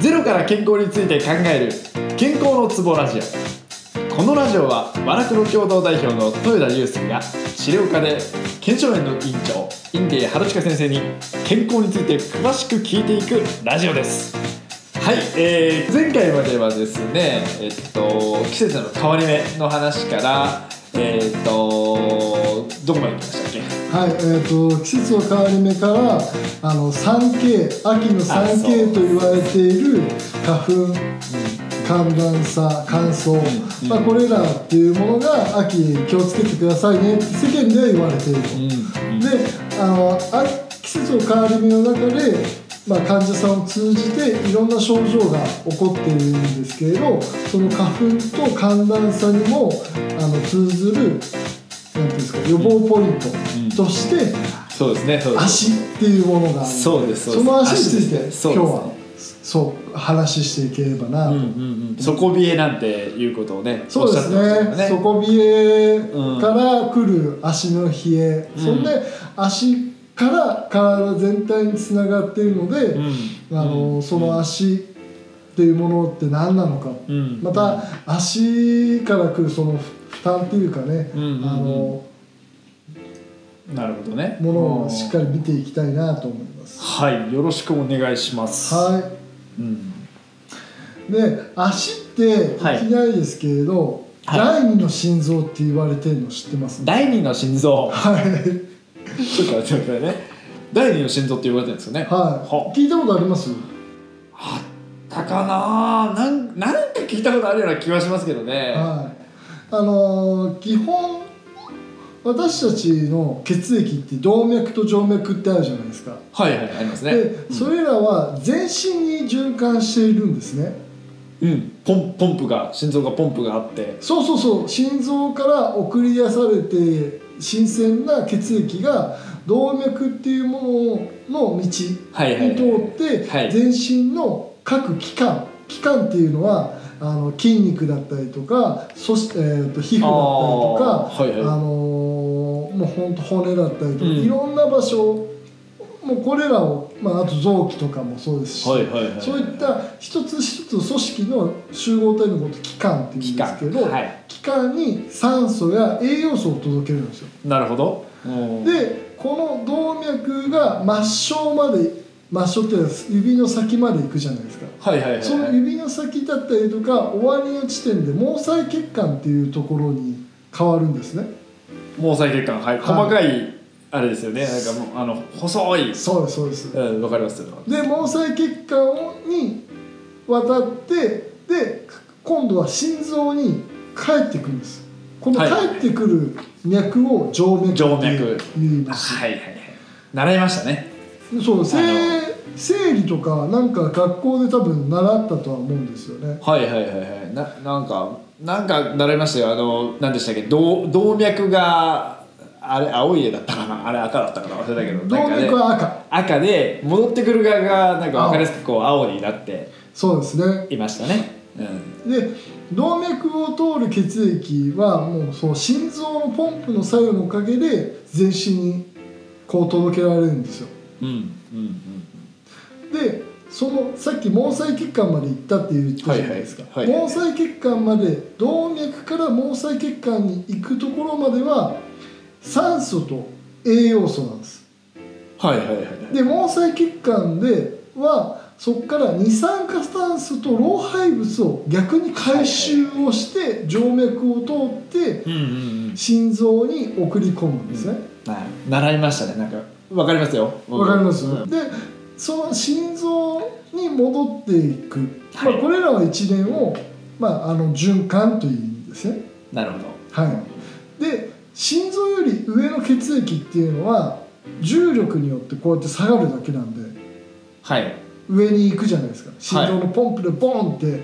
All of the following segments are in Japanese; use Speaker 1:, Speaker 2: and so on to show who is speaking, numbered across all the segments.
Speaker 1: ゼロから健康について考える健康のツボラジオこのラジオは和楽の共同代表の豊田祐介が資料課で腱鞘炎の院長インディ春近先生に健康について詳しく聞いていくラジオですはい、えー前回まではですねえっと季節の変わり目の話からえっとどこまで行きましたっけ
Speaker 2: はい、えー、と季節の変わり目からあの 3K 秋の
Speaker 1: あそう
Speaker 2: 3K と言われている花粉寒暖差乾燥、
Speaker 1: うん
Speaker 2: まあ、これらっていうものが秋に気をつけてくださいねって世間では言われていると、
Speaker 1: うんうん
Speaker 2: であのあ季節の変わり目の中で、まあ、患者さんを通じていろんな症状が起こっているんですけれどその花粉と寒暖差にもあの通ずるなんていうんですか予防ポイント
Speaker 1: うん
Speaker 2: として、
Speaker 1: そうですねそうです
Speaker 2: 足っていうものがある
Speaker 1: そうですそうです
Speaker 2: その足について
Speaker 1: 足ですね
Speaker 2: 今日はそう話していければなと、
Speaker 1: うんうんうん、底冷えなんていうことをね
Speaker 2: そうです
Speaker 1: おっしゃってま
Speaker 2: ね
Speaker 1: したよ
Speaker 2: 底冷え
Speaker 1: うん
Speaker 2: から来る足の冷え、
Speaker 1: うん
Speaker 2: そんで足から体全体につながっているので、
Speaker 1: うん
Speaker 2: あの
Speaker 1: うん
Speaker 2: その足っていうものって何なのか、
Speaker 1: うん
Speaker 2: また足から来るその負担っていうかね、
Speaker 1: うんうんうん
Speaker 2: あの
Speaker 1: なるほどね
Speaker 2: ものをしっか
Speaker 1: り
Speaker 2: り見ていきたいなと思います。
Speaker 1: はいよろしくお願いします
Speaker 2: は
Speaker 1: う
Speaker 2: い
Speaker 1: ん
Speaker 2: で足っていき
Speaker 1: はい
Speaker 2: なりですけれど、
Speaker 1: はい
Speaker 2: 第二の心臓って言われてるの知ってます
Speaker 1: 第二の心臓
Speaker 2: はい
Speaker 1: ちょっと待ってくださいね第二の心臓って言われてるんですよね
Speaker 2: は。
Speaker 1: はい
Speaker 2: 聞いたことあります。
Speaker 1: あったかななんなんか聞いたことあるような気はしますけどね、
Speaker 2: はい。あのー基本。私たちの血液って動脈と静脈ってあるじゃないですか。
Speaker 1: はいはいありますね
Speaker 2: で、それらは全身に循環しているんですね。
Speaker 1: うん、うんポンポンプが心臓がポンプがあって
Speaker 2: そうそうそう、心臓から送り出されて新鮮な血液が動脈っていうものの道に通
Speaker 1: はいはいはい
Speaker 2: って
Speaker 1: はい
Speaker 2: 全身の各器官器官っていうのはあの筋肉だったりとかそし、えー、と皮膚だったりと
Speaker 1: あ
Speaker 2: か
Speaker 1: ーはいはい
Speaker 2: あのーもうほんと骨だったりとか、
Speaker 1: うん
Speaker 2: いろんな場所もうこれらを、まあ、あと臓器とかもそうですし、
Speaker 1: はいはいはい
Speaker 2: そういった一つ一つ組織の集合体のこと器官っていうんですけど
Speaker 1: 器官はい
Speaker 2: 器官に酸素や栄養素を届けるんですよ
Speaker 1: なるほどうん
Speaker 2: でこの動脈が末梢まで末梢っていうのは指の先まで行くじゃないですか
Speaker 1: はいはいはいはい
Speaker 2: その指の先だったりとか終わりの地点で毛細血管っていうところに変わるんですね
Speaker 1: 毛細血管はい
Speaker 2: はい
Speaker 1: 細かいあれですよねなんかもうあの細い
Speaker 2: そうですそうです
Speaker 1: うんわかりますよ
Speaker 2: で毛細血管に渡ってで今度は心臓に帰ってくるんですこの
Speaker 1: はい
Speaker 2: 帰ってくる脈を静脈って
Speaker 1: 静脈
Speaker 2: 言います、
Speaker 1: はいはいはい習いましたね
Speaker 2: そうせい
Speaker 1: あ
Speaker 2: 生理とかなんか学校で多分習ったとは思うんですよね
Speaker 1: はいはいはいはいななんかなんか習いましたよあの何でしたっけ動動脈があれ青い絵だったかなあれ赤だったかな忘れたけど
Speaker 2: 動
Speaker 1: なん
Speaker 2: 脈
Speaker 1: かね
Speaker 2: は赤
Speaker 1: 赤で戻ってくる側がなんか分かりやすくこう青になって
Speaker 2: そうですね
Speaker 1: いましたねうん
Speaker 2: で動脈を通る血液はもうそう心臓のポンプの作用のおかげで全身にこう届けられるんですよ
Speaker 1: うんうん
Speaker 2: でそのさっき毛細血管まで行ったって言ったじゃないですか、
Speaker 1: はいはいはい
Speaker 2: 毛細血管まで動脈から毛細血管に行くところまでは酸素と栄養素なんです
Speaker 1: はいはいはいはい
Speaker 2: で毛細血管ではそこから二酸化炭素と老廃物を逆に回収をして静脈を通って
Speaker 1: うんうんうん
Speaker 2: 心臓に送り込むんですね、
Speaker 1: はい習いましたねなんかわかりますよ
Speaker 2: わかります、
Speaker 1: うん
Speaker 2: でその心臓に戻っていく、
Speaker 1: はい
Speaker 2: まあ、これらは一連を、まあ、あの循環というんですね、
Speaker 1: なるほど
Speaker 2: はい、で心臓より上の血液っていうのは重力によってこうやって下がるだけなんで
Speaker 1: はい
Speaker 2: 上に行くじゃないですか心臓のポンプでボンって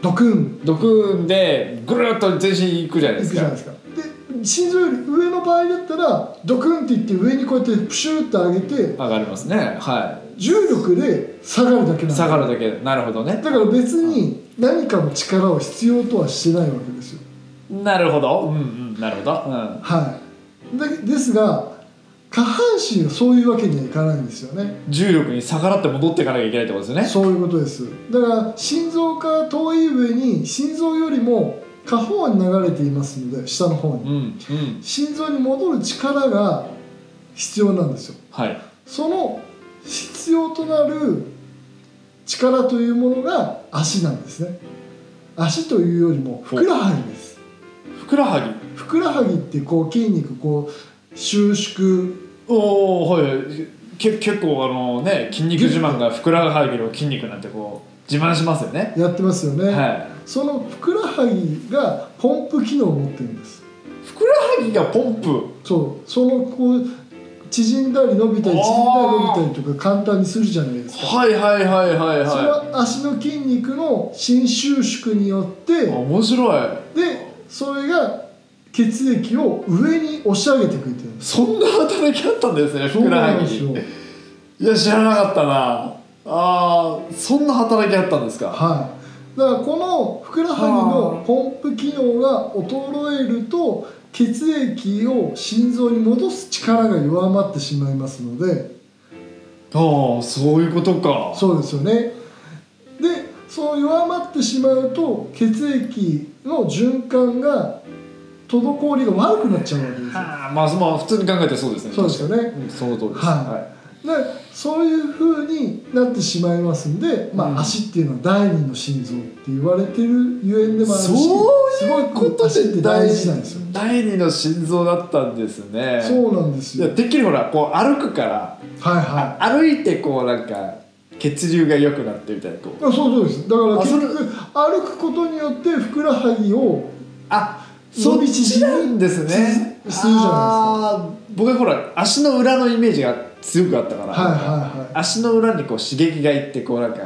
Speaker 2: ドクン
Speaker 1: 毒んでぐるっと全身いくじゃない
Speaker 2: 行
Speaker 1: で
Speaker 2: く
Speaker 1: す
Speaker 2: じゃない
Speaker 1: か
Speaker 2: ですかで心臓より上の場合だったらドクンっていって上にこうやってプシューって上げて
Speaker 1: 上がりますねは
Speaker 2: 重力で下がるだけなんで
Speaker 1: い
Speaker 2: す
Speaker 1: 下がるだけでなるほどね
Speaker 2: だから別に何かの力を必要とはしてないわけですよ。
Speaker 1: なるほどうんうんなるほどうん
Speaker 2: はい、でですが下半身はそういうわけにはいかないんですよね
Speaker 1: 重力に逆らって戻っていかなきゃいけないってことですよね
Speaker 2: そういうことですだから心臓から遠い上に心臓よりも下方に流れていますので下の方
Speaker 1: う
Speaker 2: に
Speaker 1: んうん
Speaker 2: 心臓に戻る力が必要なんですよ
Speaker 1: はい
Speaker 2: その必要となる力というものが足なんですね足というよりもふくらはぎです
Speaker 1: ふくらはぎ
Speaker 2: ふくらはぎってこう筋肉こう収縮
Speaker 1: おおはいはいけ結構あのね筋肉自慢がふくらはぎの筋肉なんてこう自慢しますよね
Speaker 2: やってますよね、
Speaker 1: はい
Speaker 2: そのふくらはぎがポンプ機能を持ってるんです
Speaker 1: ふくらはぎがポンプ
Speaker 2: そうそのこう縮んだり伸びたり縮んだり
Speaker 1: あー
Speaker 2: 伸びたりとか簡単にするじゃないですか、
Speaker 1: はいはいはいはい
Speaker 2: それ
Speaker 1: は
Speaker 2: は足の筋肉の伸収縮によっ
Speaker 1: い
Speaker 2: て
Speaker 1: 面白い
Speaker 2: でそれが血液を上に押し上げてくれてるんです
Speaker 1: そんな働きあったんですねふくらはぎ
Speaker 2: そうなん
Speaker 1: い
Speaker 2: ですよ
Speaker 1: や知らなかったなあーそんな働きあったんですか
Speaker 2: はいだからこのふくらはぎのポンプ機能が衰えると血液を心臓に戻す力が弱まってしまいますので
Speaker 1: ああそういうことか
Speaker 2: そうですよねでそう弱まってしまうと血液の循環が滞りが悪くなっちゃうわけですよ
Speaker 1: あーまあまあ普通に考えてそうですね
Speaker 2: そうですよね
Speaker 1: うんその通りです、
Speaker 2: はいでそういうふうになってしまいますんで、まあ
Speaker 1: うん
Speaker 2: 足っていうのは第二の心臓って言われてるゆえんでもあるし
Speaker 1: そういう
Speaker 2: すご
Speaker 1: こと
Speaker 2: 足って
Speaker 1: で
Speaker 2: 大
Speaker 1: 第
Speaker 2: 事なんですよ、
Speaker 1: 二第二の心臓だったんですね
Speaker 2: そうなんです
Speaker 1: いや
Speaker 2: よ
Speaker 1: てっきりほらこう歩くから、
Speaker 2: はい
Speaker 1: あ
Speaker 2: は
Speaker 1: 歩いてこうなんか血流が良くなってみたいなこ
Speaker 2: いういやそうそうですだから
Speaker 1: あそ
Speaker 2: 結
Speaker 1: れ
Speaker 2: 局歩くことによってふくらはぎを
Speaker 1: あ
Speaker 2: 伸
Speaker 1: そっ
Speaker 2: び
Speaker 1: ち
Speaker 2: 縮
Speaker 1: な
Speaker 2: む
Speaker 1: んですね
Speaker 2: すするじゃ
Speaker 1: あー僕はほら足の裏のイメージが強くあったから、
Speaker 2: はいはいは
Speaker 1: 足の裏にこう刺激がいってこうなんか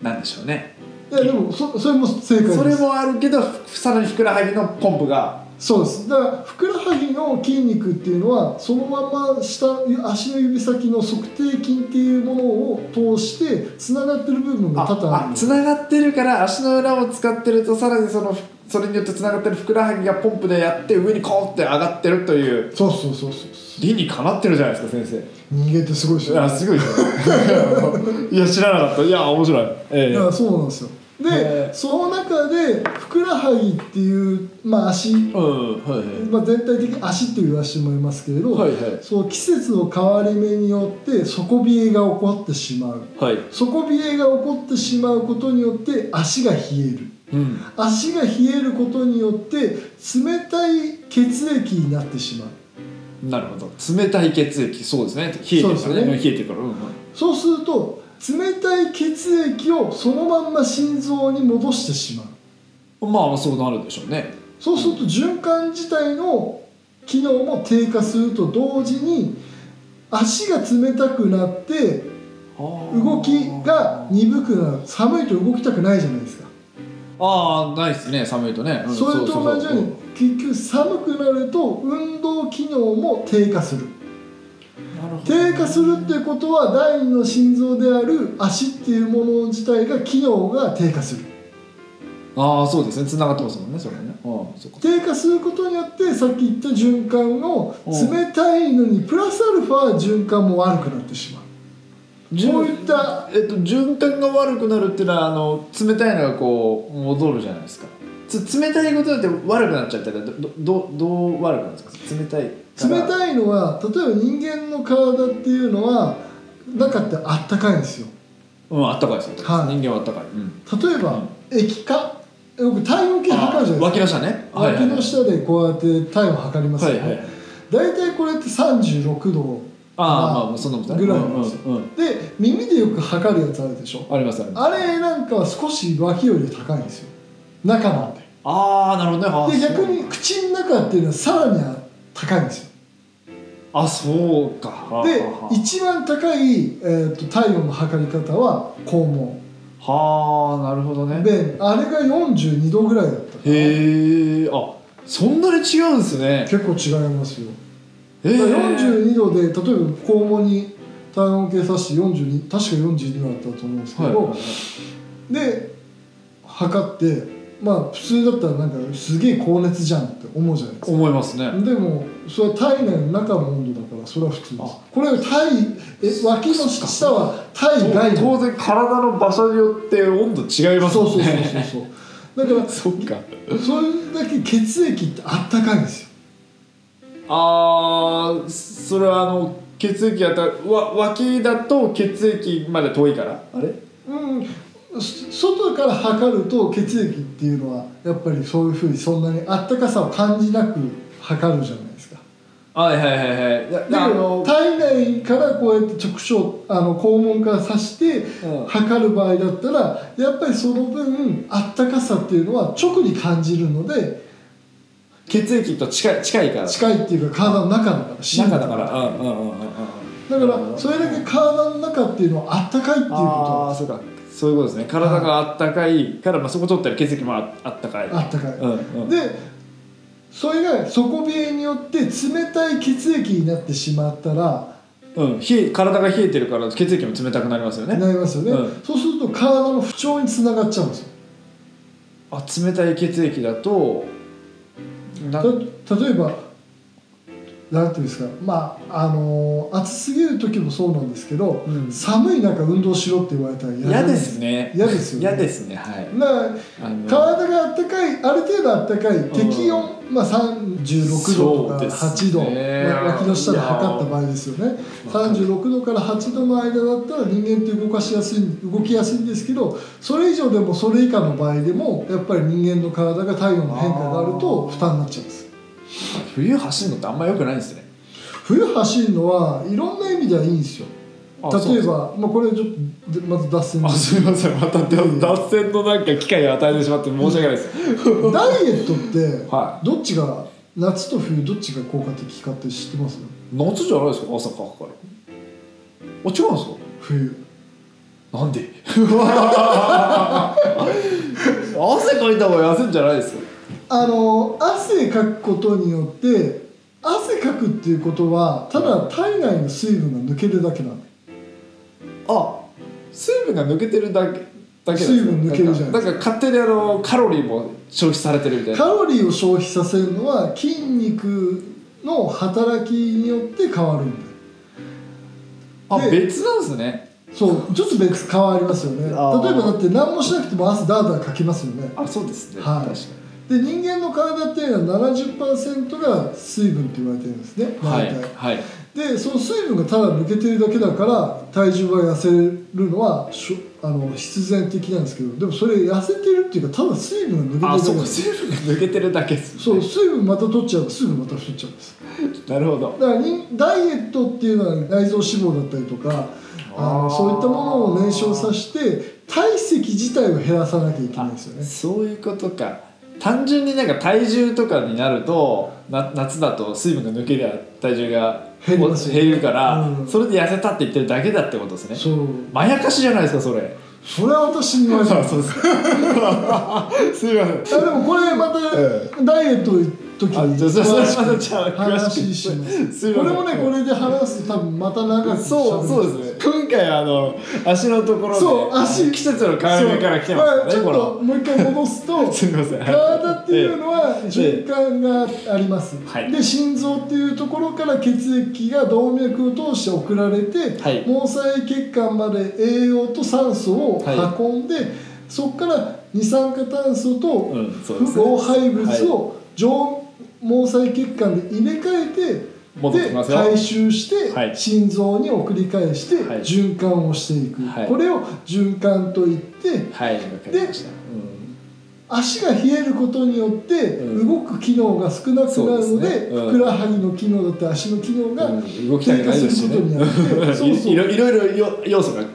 Speaker 1: なんでしょうね
Speaker 2: いいやでもそそれも正解です
Speaker 1: それもあるけどふさらにふくらはぎのポンプが
Speaker 2: そうですだからふくらはぎの筋肉っていうのはそのまま下足の指先の測定筋っていうものを通してつながってる部分が多々ある
Speaker 1: あつながってるから足の裏を使ってるとさらにそのそれによってつながってるふくらはぎがポンプでやって上にコーンって上がってるという
Speaker 2: そうそうそうそう
Speaker 1: 理にかなってるじゃないですか先生
Speaker 2: 人間ってすごいです
Speaker 1: いや
Speaker 2: よね
Speaker 1: すごいですね いや知らなかったいや面白いえ
Speaker 2: い
Speaker 1: え
Speaker 2: やそうなんですよ
Speaker 1: へ
Speaker 2: で
Speaker 1: ー
Speaker 2: その中でふくらはぎっていう、まあ、足、
Speaker 1: うんはい
Speaker 2: まあ、全体的に足って言わせてもらいますけれど、
Speaker 1: はいはい
Speaker 2: そう季節の変わり目によって底冷えが起こってしまう
Speaker 1: はいはい
Speaker 2: 底冷えが起こってしまうことによって足が冷える
Speaker 1: うん
Speaker 2: 足が冷えることによって冷たい血液になってしまう
Speaker 1: なるほど冷たい血液そうですね冷えてる
Speaker 2: そうで
Speaker 1: か
Speaker 2: す
Speaker 1: ら
Speaker 2: よ
Speaker 1: ね
Speaker 2: ね
Speaker 1: 冷えてるからうんうん
Speaker 2: そうすると冷たい血液をそのまんま心臓に戻してしまう
Speaker 1: まあそうなるでしょうね
Speaker 2: そうすると循環自体の機能も低下すると同時に足が冷たくなって動きが鈍くなる寒いと動きたくないじゃないですか
Speaker 1: ああないですね寒いとね、うん
Speaker 2: それと同じように結局寒くなると運動機能も低下する
Speaker 1: なるほど
Speaker 2: 低下するっていうことは第二の心臓である足っていうもの自体が機能が低下する
Speaker 1: ああそうですね繋がってますもんねそれねうんそっか
Speaker 2: 低下することによってさっき言った循環の
Speaker 1: うん
Speaker 2: 冷たいのにプラスアルファ循環も悪くなってしまうこういった
Speaker 1: えっと、循環が悪くなるっていうのはあの冷たいのがこう戻るじゃないですかつ冷たいことだって悪くなっちゃったらどどどどう悪くなるんですか冷たい
Speaker 2: 冷
Speaker 1: い
Speaker 2: たいのは例えば人間の体っていうのは中ってあったかいんですよ
Speaker 1: うんあったかいですよ、
Speaker 2: はい
Speaker 1: 人間はあったかい、うん、
Speaker 2: 例えば液化よく体温計測るじゃない
Speaker 1: 脇
Speaker 2: で
Speaker 1: の
Speaker 2: すか
Speaker 1: 下ねはいは
Speaker 2: 脇
Speaker 1: い
Speaker 2: の下でこうやって体温測りますよ
Speaker 1: は
Speaker 2: ね、
Speaker 1: いはい
Speaker 2: 大体これって36度
Speaker 1: ああまあそんなことない
Speaker 2: ぐらい
Speaker 1: うん
Speaker 2: なん
Speaker 1: う
Speaker 2: ですよ
Speaker 1: んうん
Speaker 2: で耳でよく測るやつあるでしょ
Speaker 1: ありますあります
Speaker 2: あれなんかは少し脇より高いんですよ中なんで
Speaker 1: ああなるほどねあー
Speaker 2: で
Speaker 1: そう
Speaker 2: 逆に口の中っていうのはさらに高いんですよ
Speaker 1: あそうか
Speaker 2: で
Speaker 1: は
Speaker 2: 一番高い、えー、と体温の測り方は肛門
Speaker 1: あはあなるほどね
Speaker 2: 便あれが42度ぐらいだったから
Speaker 1: へえあそんなに違うんですね
Speaker 2: 結構違いますよ
Speaker 1: え
Speaker 2: だから42度で例えば肛門に体温計さして42確か42度だったと思うんですけど、
Speaker 1: はい
Speaker 2: で測ってまあ普通だったらなんかすげえ高熱じゃんって思うじゃないですか
Speaker 1: 思いますね、
Speaker 2: でもそれは体内の中の温度だからそれは普通です
Speaker 1: あ
Speaker 2: これは体え脇の下は体外の
Speaker 1: 当然体の場所によって温度違います
Speaker 2: そ
Speaker 1: も
Speaker 2: うんそうそう
Speaker 1: ね
Speaker 2: そうそうだから
Speaker 1: そうそっか
Speaker 2: それだけ血液ってあったかいんですよ
Speaker 1: あーそれはあの血液がたわ脇だと血液まで遠いからあれ
Speaker 2: うんそ外から測ると血液っていうのはやっぱりそういうふうにそんなにあったかさを感じなく測るじゃないですか
Speaker 1: はいはいはいはいだ
Speaker 2: で
Speaker 1: あの
Speaker 2: 体内からこうやって直衝あの肛門から刺して
Speaker 1: うん
Speaker 2: 測る場合だったらやっぱりその分あったかさっていうのは直に感じるので
Speaker 1: 血液と近い近いから
Speaker 2: 近いっていうか体の中だから芯
Speaker 1: 中だからうんうんうんうん
Speaker 2: だからそれだけ体の中っていうのはあったかいっていう
Speaker 1: あ
Speaker 2: こ
Speaker 1: あそうかそういうことですね体があったかいから、まあ、そこ取ったら血液もああったかい
Speaker 2: とあったかい、
Speaker 1: うんうん、
Speaker 2: でそれが底冷えによって冷たい血液になってしまったら
Speaker 1: うん、冷え体が冷えてるから血液も冷たくなりますよね
Speaker 2: なりますよね、
Speaker 1: うん
Speaker 2: そうすると体の不調につながっちゃうんですよ
Speaker 1: あ冷たい血液だとな
Speaker 2: た例えばなんていうんですかまああのー暑すぎる時もそうなんですけど、
Speaker 1: うん
Speaker 2: 寒い中運動しろって言われたらやらない
Speaker 1: 嫌ですね
Speaker 2: 嫌ですよね
Speaker 1: 嫌ですねはい
Speaker 2: だから
Speaker 1: あの
Speaker 2: 体があったかいある程度あったかい
Speaker 1: ん
Speaker 2: 適温、まあ、36度と
Speaker 1: そう
Speaker 2: か
Speaker 1: ですね
Speaker 2: 8度、まあ脇の下で測った場合ですよ
Speaker 1: や
Speaker 2: ね36度から8度の間だったら人間って動かしやすい動きやすいんですけどそれ以上でもそれ以下の場合でもやっぱり人間の体が体温の変化があると負担になっちゃうんです
Speaker 1: 冬走るのってあんま良くないですね
Speaker 2: 冬走るのはいろんな意味ではいいんですよ
Speaker 1: あ
Speaker 2: 例
Speaker 1: そ
Speaker 2: え
Speaker 1: う
Speaker 2: ば、まあ、これちょっとでまず脱線
Speaker 1: あすいませんまた脱脱線のなんか機会を与えてしまって申し訳ないです
Speaker 2: ダイエットって
Speaker 1: は
Speaker 2: どっちが夏と冬どっちが効果的かって知ってます
Speaker 1: 夏じゃないですか朝かかるあ違うんですか
Speaker 2: 冬
Speaker 1: なん で 汗かいた方が痩せんじゃないですか
Speaker 2: あの汗かくことによって汗かくっていうことはただ体内の水分が抜けるだけなの
Speaker 1: あ水分が抜けてるだけだけなんですか
Speaker 2: 水分抜けるじゃないですか
Speaker 1: なんかなんか勝手にあのカロリーも消費されてるみたい
Speaker 2: カ
Speaker 1: な
Speaker 2: ロリーを消費させるのは筋肉の働きによって変わるんだよ
Speaker 1: あ
Speaker 2: で
Speaker 1: 別なんですね
Speaker 2: そうちょっと別変わりますよね例え
Speaker 1: あー
Speaker 2: ばだって何もしなくても汗だーだーかきますよね
Speaker 1: あそうですね、
Speaker 2: はい
Speaker 1: 確か
Speaker 2: で人間の体っていうのは70%が水分って言われてるんですね
Speaker 1: には
Speaker 2: 大
Speaker 1: い
Speaker 2: 体、
Speaker 1: はい
Speaker 2: でその水分がただ抜けてるだけだから体重が痩せるのはしょあの必然的なんですけどでもそれ痩せてるっていうかただ水分が
Speaker 1: あ
Speaker 2: 抜けて
Speaker 1: そう
Speaker 2: るだ
Speaker 1: か
Speaker 2: け
Speaker 1: 水分が抜けてるだけです、ね、
Speaker 2: そう水分また取っちゃうとすぐまた太っちゃうんです
Speaker 1: なるほど
Speaker 2: だから人ダイエットっていうのは内臓脂肪だったりとかあの
Speaker 1: あー
Speaker 2: そういったものを燃焼させて体積自体を減らさなきゃいけないんですよね
Speaker 1: そういうことか単純になんか体重とかになるとな夏だと水分が抜けりゃ体重が
Speaker 2: 減りますよね
Speaker 1: 減るから、
Speaker 2: うん
Speaker 1: それで痩せたって言ってるだけだってことですね
Speaker 2: そう
Speaker 1: まやかしじゃないですかそれ
Speaker 2: それは私に言われた
Speaker 1: そうですすいません
Speaker 2: あでもこれま
Speaker 1: え
Speaker 2: たダイエットの時
Speaker 1: あ
Speaker 2: に
Speaker 1: じゃあそれ
Speaker 2: 詳
Speaker 1: ま
Speaker 2: しく
Speaker 1: たじゃあ詳
Speaker 2: 話
Speaker 1: し
Speaker 2: し
Speaker 1: く
Speaker 2: ます
Speaker 1: すい
Speaker 2: こ
Speaker 1: ませ
Speaker 2: れ
Speaker 1: ん
Speaker 2: もねこれで話すと多分また長く
Speaker 1: そうそうですね今回あの足のところで
Speaker 2: そう足
Speaker 1: 季節の変わり目から来てま
Speaker 2: そう
Speaker 1: す
Speaker 2: ち
Speaker 1: よね
Speaker 2: ょっ
Speaker 1: この
Speaker 2: ともう一回戻すと
Speaker 1: すいません
Speaker 2: 体っていうのは
Speaker 1: え
Speaker 2: 循環があります、
Speaker 1: はい
Speaker 2: で心臓っていうところから血液が動脈を通して送られて、
Speaker 1: はい
Speaker 2: 毛細血管まで栄養と酸素を運んで、そこから二酸化炭素と
Speaker 1: うんそうですね
Speaker 2: 老廃物を上毛細血管で入れ替えて
Speaker 1: 戻ってきますよ
Speaker 2: で回収して、
Speaker 1: はい
Speaker 2: 心臓に送り返して
Speaker 1: はい
Speaker 2: 循環をしていく、
Speaker 1: はい
Speaker 2: これを循環といって
Speaker 1: はいわかりましたうん
Speaker 2: 足が冷えることによって
Speaker 1: うん
Speaker 2: 動く機能が少なくなる
Speaker 1: そ
Speaker 2: の
Speaker 1: うで
Speaker 2: で、
Speaker 1: すねうん
Speaker 2: ふくらはぎの機能だったり足の機能が
Speaker 1: うん動きたくないですしね
Speaker 2: 低下することによってそうそう
Speaker 1: いろいろいろよ要素がか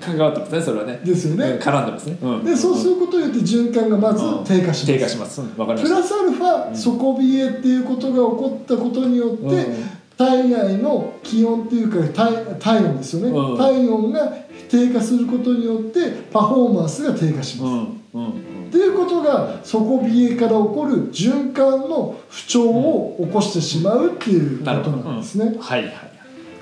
Speaker 1: 関わってますねそれはね
Speaker 2: ですよね
Speaker 1: うん絡んでますね、うん
Speaker 2: でそうすることによって循環がまず
Speaker 1: うん
Speaker 2: 低下します。
Speaker 1: 低下しますうんわかりま
Speaker 2: プ
Speaker 1: し
Speaker 2: ラスアルファ底冷えっていうことが起こったことによって、
Speaker 1: うん
Speaker 2: 体内の気温っていうか体体温ですよね、
Speaker 1: うん
Speaker 2: 体温が低下することによってパフォーマンスが低下したま
Speaker 1: う
Speaker 2: す。
Speaker 1: んうん
Speaker 2: っていうことが底冷えから起こる循環の不調を起こしてしまうっていうことなんですね。
Speaker 1: はいはい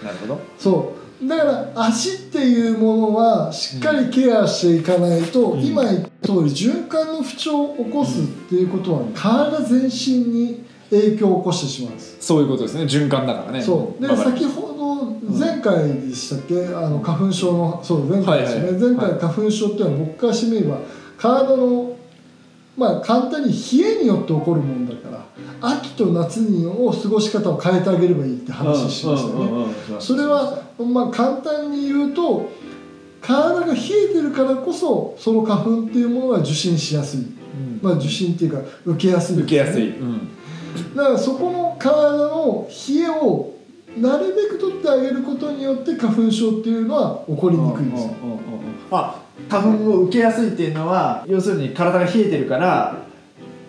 Speaker 1: なるほど
Speaker 2: そうだから足っていうものはしっかりケアしていかないと、
Speaker 1: うん
Speaker 2: 今言った通り循環の不調を起こすっていうことは、体全身に影響を起こしてしまうんです、
Speaker 1: そういうことですね循環だからね
Speaker 2: そうで
Speaker 1: わかる
Speaker 2: 先ほど前回でしたっけ、あの花粉症のそう前回ですね、
Speaker 1: はいはい
Speaker 2: 前回花粉症っていうのは僕からしてみれば体のまあ簡単に冷えによって起こるもんだから秋と夏にを過ごし方を変えてあげればいいって話しました
Speaker 1: う
Speaker 2: よね、
Speaker 1: んうんうんうん
Speaker 2: それは、まあ、簡単に言うと体が冷えてるからこそその花粉っていうものが受診しやすい、
Speaker 1: うん
Speaker 2: まあ、受診っていうか受けやすい、
Speaker 1: 受けやすい、うん
Speaker 2: だからそこの体の冷えをなるべく取ってあげることによって花粉症っていうのは起こりにくいんですよ、
Speaker 1: うんうんうんうんまあ花粉を受けやすいっていうのは要するに体が冷えてるから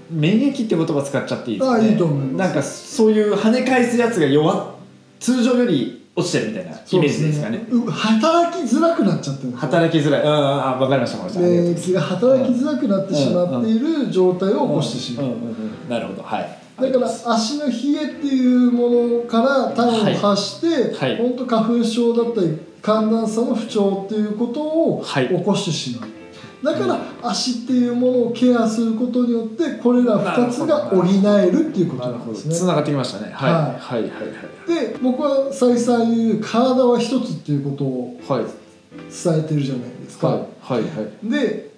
Speaker 1: 免疫って言葉使っちゃっていいですね
Speaker 2: あいいと思います
Speaker 1: なんかそういう跳ね返すやつが弱っ通常より落ちてるみたいなイメージですかね
Speaker 2: そうう働きづらくなっちゃってる
Speaker 1: 働きづらいうんうんあ分かりました分かりましたありがとう
Speaker 2: 免疫が働きづらくなってしまっている状態を起こしてしまう、
Speaker 1: んんんなるほどはい
Speaker 2: だから足の冷えっていうものから体温を発して、
Speaker 1: はいはい
Speaker 2: 本当花粉症だったり寒暖差の不調っていうことを
Speaker 1: はい
Speaker 2: 起こしてしまう、だから足っていうものをケアすることによってこれら2つが補えるっていうこと
Speaker 1: なる
Speaker 2: なん
Speaker 1: ほ
Speaker 2: で
Speaker 1: ど
Speaker 2: す
Speaker 1: つ
Speaker 2: ね
Speaker 1: ながってきましたねはい
Speaker 2: は
Speaker 1: はいはいはい
Speaker 2: で僕は再三言う体は一つっていうことを
Speaker 1: はい
Speaker 2: 伝えてるじゃないですか、
Speaker 1: はいはいはい
Speaker 2: で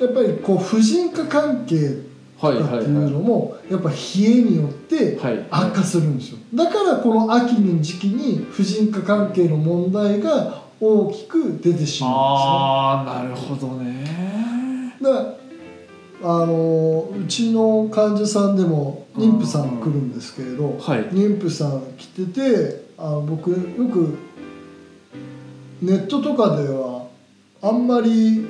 Speaker 2: やっぱりこう婦人科関係
Speaker 1: は
Speaker 2: と
Speaker 1: い
Speaker 2: か
Speaker 1: は
Speaker 2: って
Speaker 1: い
Speaker 2: いうのもやっぱ冷えによって
Speaker 1: はいはい
Speaker 2: 悪化するんですよだからこの秋の時期に婦人科関係の問題が大きく出てしま
Speaker 1: ああなるほどね
Speaker 2: うんですねだからあのうちの患者さんでも妊婦さん来るんですけれど
Speaker 1: はい
Speaker 2: 妊婦さん来ててあ僕よくネットとかではあんまり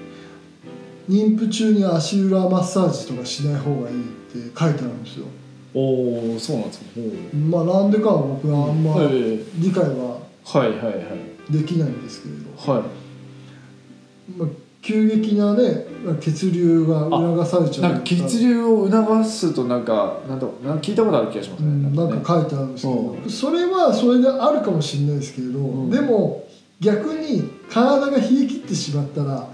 Speaker 2: 妊婦中に足裏マッサージとかしない方がいいって書いてあるんですよ
Speaker 1: おおそうなんですか
Speaker 2: まあなんでかは僕はあんま
Speaker 1: ええ
Speaker 2: 理解は
Speaker 1: はいはいはい
Speaker 2: できないんですけれど、
Speaker 1: は
Speaker 2: まあ、急激なね血流が促され
Speaker 1: い
Speaker 2: ちゃ
Speaker 1: な
Speaker 2: うん
Speaker 1: か血流を促すとなんかなんだろうなんか聞いたことある気がしま
Speaker 2: う
Speaker 1: すね
Speaker 2: んなん
Speaker 1: ね
Speaker 2: か書いてあるんですけど、
Speaker 1: う
Speaker 2: それはそれであるかもしれないですけれど、
Speaker 1: うん
Speaker 2: でも逆に体が冷え切ってしまったら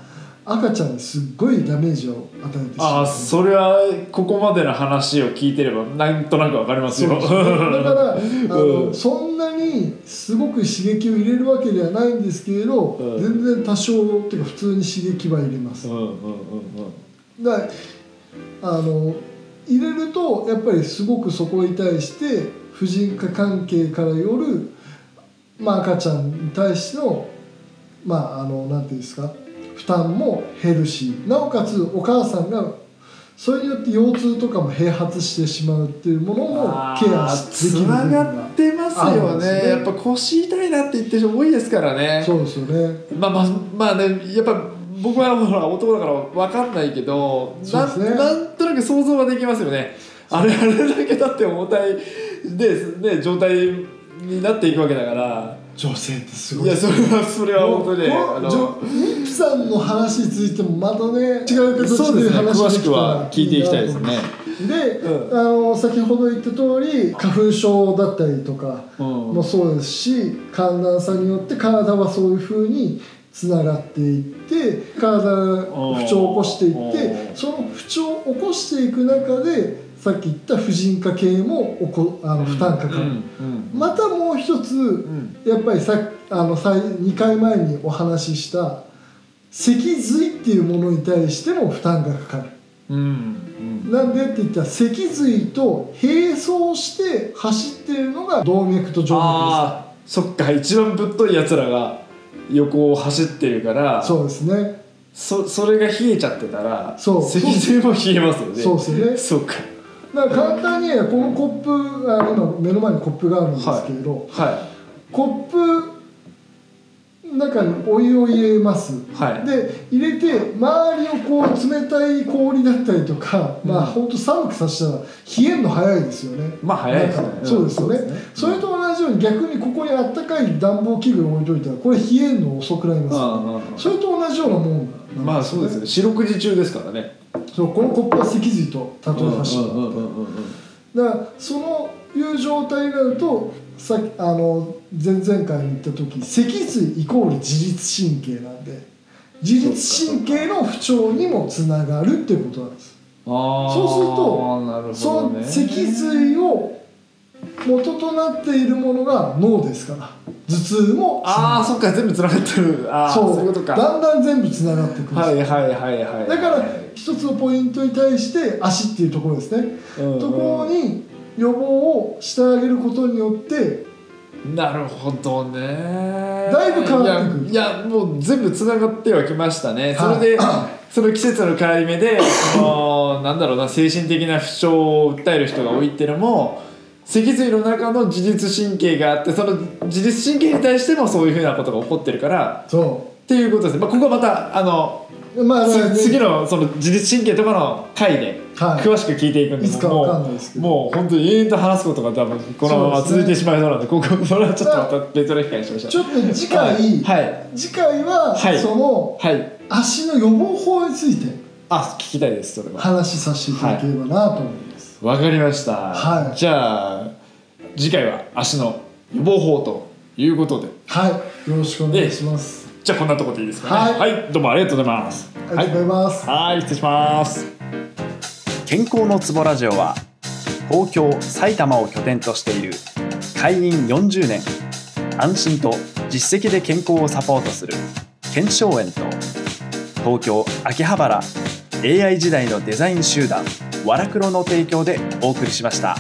Speaker 2: 赤ちゃんにすっごいダメージを与えてしま
Speaker 1: あ
Speaker 2: う
Speaker 1: あそれはここまでの話を聞いてればなんとなくわかります
Speaker 2: そう
Speaker 1: よ
Speaker 2: ですねだからあの、
Speaker 1: うん
Speaker 2: そんなにすごく刺激を入れるわけではないんですけれど、
Speaker 1: うん
Speaker 2: 全然多少っていうか普通に刺激は入れま す
Speaker 1: うんうんうんうん
Speaker 2: だからあの入れるとやっぱりすごくそこに対して婦人科関係からよる、まあ、赤ちゃんに対してのまああのなんていうんですか負担も減るしなおかつお母さんがそれによって腰痛とかも併発してしまうっていうものもケアできる
Speaker 1: つ
Speaker 2: 部
Speaker 1: な
Speaker 2: 分
Speaker 1: が
Speaker 2: が
Speaker 1: ってます
Speaker 2: ある
Speaker 1: よ
Speaker 2: ん
Speaker 1: ね
Speaker 2: ですね
Speaker 1: やっぱ腰痛いなって言ってる人多いですからね
Speaker 2: そうですよね
Speaker 1: まあまあまあねやっぱ僕はほら男だから分かんないけど、
Speaker 2: そう
Speaker 1: な
Speaker 2: です
Speaker 1: ん
Speaker 2: ね
Speaker 1: なんとなく想像はできますよねあれあれだけだって重たいで、ね、状態になっていくわけだから
Speaker 2: 女性ってす
Speaker 1: いやそれはそれは本当にね
Speaker 2: もう
Speaker 1: あ
Speaker 2: じょ
Speaker 1: の
Speaker 2: 妊婦さんの話についてもまたね違う形
Speaker 1: そうで
Speaker 2: です
Speaker 1: ね
Speaker 2: 話
Speaker 1: 詳
Speaker 2: がで
Speaker 1: し
Speaker 2: き
Speaker 1: く
Speaker 2: たら
Speaker 1: は聞いていきたいですね、
Speaker 2: で、
Speaker 1: うん
Speaker 2: あの先ほど言った通り花粉症だったりとか
Speaker 1: うん
Speaker 2: もそうですし寒暖差によって体はそういうふうにつながっていって体が不調を起こしていっ
Speaker 1: おー
Speaker 2: てその不調を起こしていく中でさっき言った婦人科系も起こあの負担かか
Speaker 1: う
Speaker 2: る、
Speaker 1: ん
Speaker 2: またもう一
Speaker 1: う
Speaker 2: つ
Speaker 1: ん
Speaker 2: やっぱりさあのさい2回前にお話しした脊髄っていうものに対しても負担がかかる。
Speaker 1: うんうん
Speaker 2: なんでって言ったら脊髄と並走して走ってるのが動脈と静脈
Speaker 1: ああそっか一番ぶっといやつらが横を走ってるから
Speaker 2: ですそうですね
Speaker 1: そそれが冷えちゃってたら
Speaker 2: そう
Speaker 1: 脊髄も冷えますよね
Speaker 2: そうですよね
Speaker 1: そうか
Speaker 2: だから簡単に言えばこのコップあ今目の前にコップがあるんですけれど、
Speaker 1: は
Speaker 2: コップの中にお湯を入れます、
Speaker 1: はい
Speaker 2: で入れて周りをこう冷たい氷だったりとか、まあ
Speaker 1: うん
Speaker 2: 本当寒くさせたら冷えるの早いですよね
Speaker 1: まあ早いですね
Speaker 2: なんかそうですよね,、
Speaker 1: うんそうですね
Speaker 2: それと同じように逆にここにあったかい暖房器具を置いといたらこれ冷えるの遅くなりますよね、
Speaker 1: うんうんうん
Speaker 2: それと同じようなもんなん
Speaker 1: いまあそうですよね四六時中ですからね
Speaker 2: そうこのコップは脊髄と例えました、
Speaker 1: うんうんうんうんうん
Speaker 2: だからそのいう状態になるとさっきあの前々回に言った時脊髄イコール自律神経なんで自律神経の不調にもつながるっていうことなんです
Speaker 1: あ
Speaker 2: そうする
Speaker 1: と
Speaker 2: と
Speaker 1: なるほ
Speaker 2: そ
Speaker 1: ど
Speaker 2: の
Speaker 1: ね
Speaker 2: 脊髄を元となっているものが脳ですから頭痛も
Speaker 1: ああそっか全部つながってるああ
Speaker 2: そ
Speaker 1: そうういうことか
Speaker 2: だんだん全部つながってくるんです、
Speaker 1: はいはいはいはい
Speaker 2: だから一つのポイントに対して足っていうところですね、ところに予防をしてあげることによって
Speaker 1: なるほどねだ
Speaker 2: だいぶ変わってくる
Speaker 1: いやいやもう全部つながってはきましたねそ
Speaker 2: はい
Speaker 1: れでその季節の変わり目でその なんだろうな精神的な不調を訴える人が多いっていうのも脊髄の中の自律神経があってその自律神経に対してもそういうふうなことが起こってるから
Speaker 2: そ
Speaker 1: っていうことですね、まあ、ここはまたあの
Speaker 2: うまあまあね
Speaker 1: つ次のその自律神経とかの回で
Speaker 2: はい
Speaker 1: 詳しく聞いていくんで、
Speaker 2: いつか
Speaker 1: もう
Speaker 2: わかんないですけど
Speaker 1: もう本当に延々と話すことが多分このまま続いてしまいそうなんでここ それはちょっとまた別の機会にしましょう
Speaker 2: ちょっと次回、
Speaker 1: はい
Speaker 2: 次回は、
Speaker 1: はい
Speaker 2: その
Speaker 1: はい
Speaker 2: 足の予防法について
Speaker 1: あ聞きたいですそれは
Speaker 2: 話しさせていただければなと思います、
Speaker 1: わかりました、
Speaker 2: はい
Speaker 1: じゃあ次回は足の予防法ということで
Speaker 2: はい、よろしくお願いします、
Speaker 1: じゃあこんなところでいいですかね、
Speaker 2: はい
Speaker 1: どうもありがとうございます
Speaker 2: ありがとうございます、
Speaker 1: はい、失礼します。
Speaker 3: 健康のツボラジオは東京埼玉を拠点としている会員40年安心と実績で健康をサポートする健証園と東京秋葉原 AI 時代のデザイン集団ワラクロの提供でお送りしました。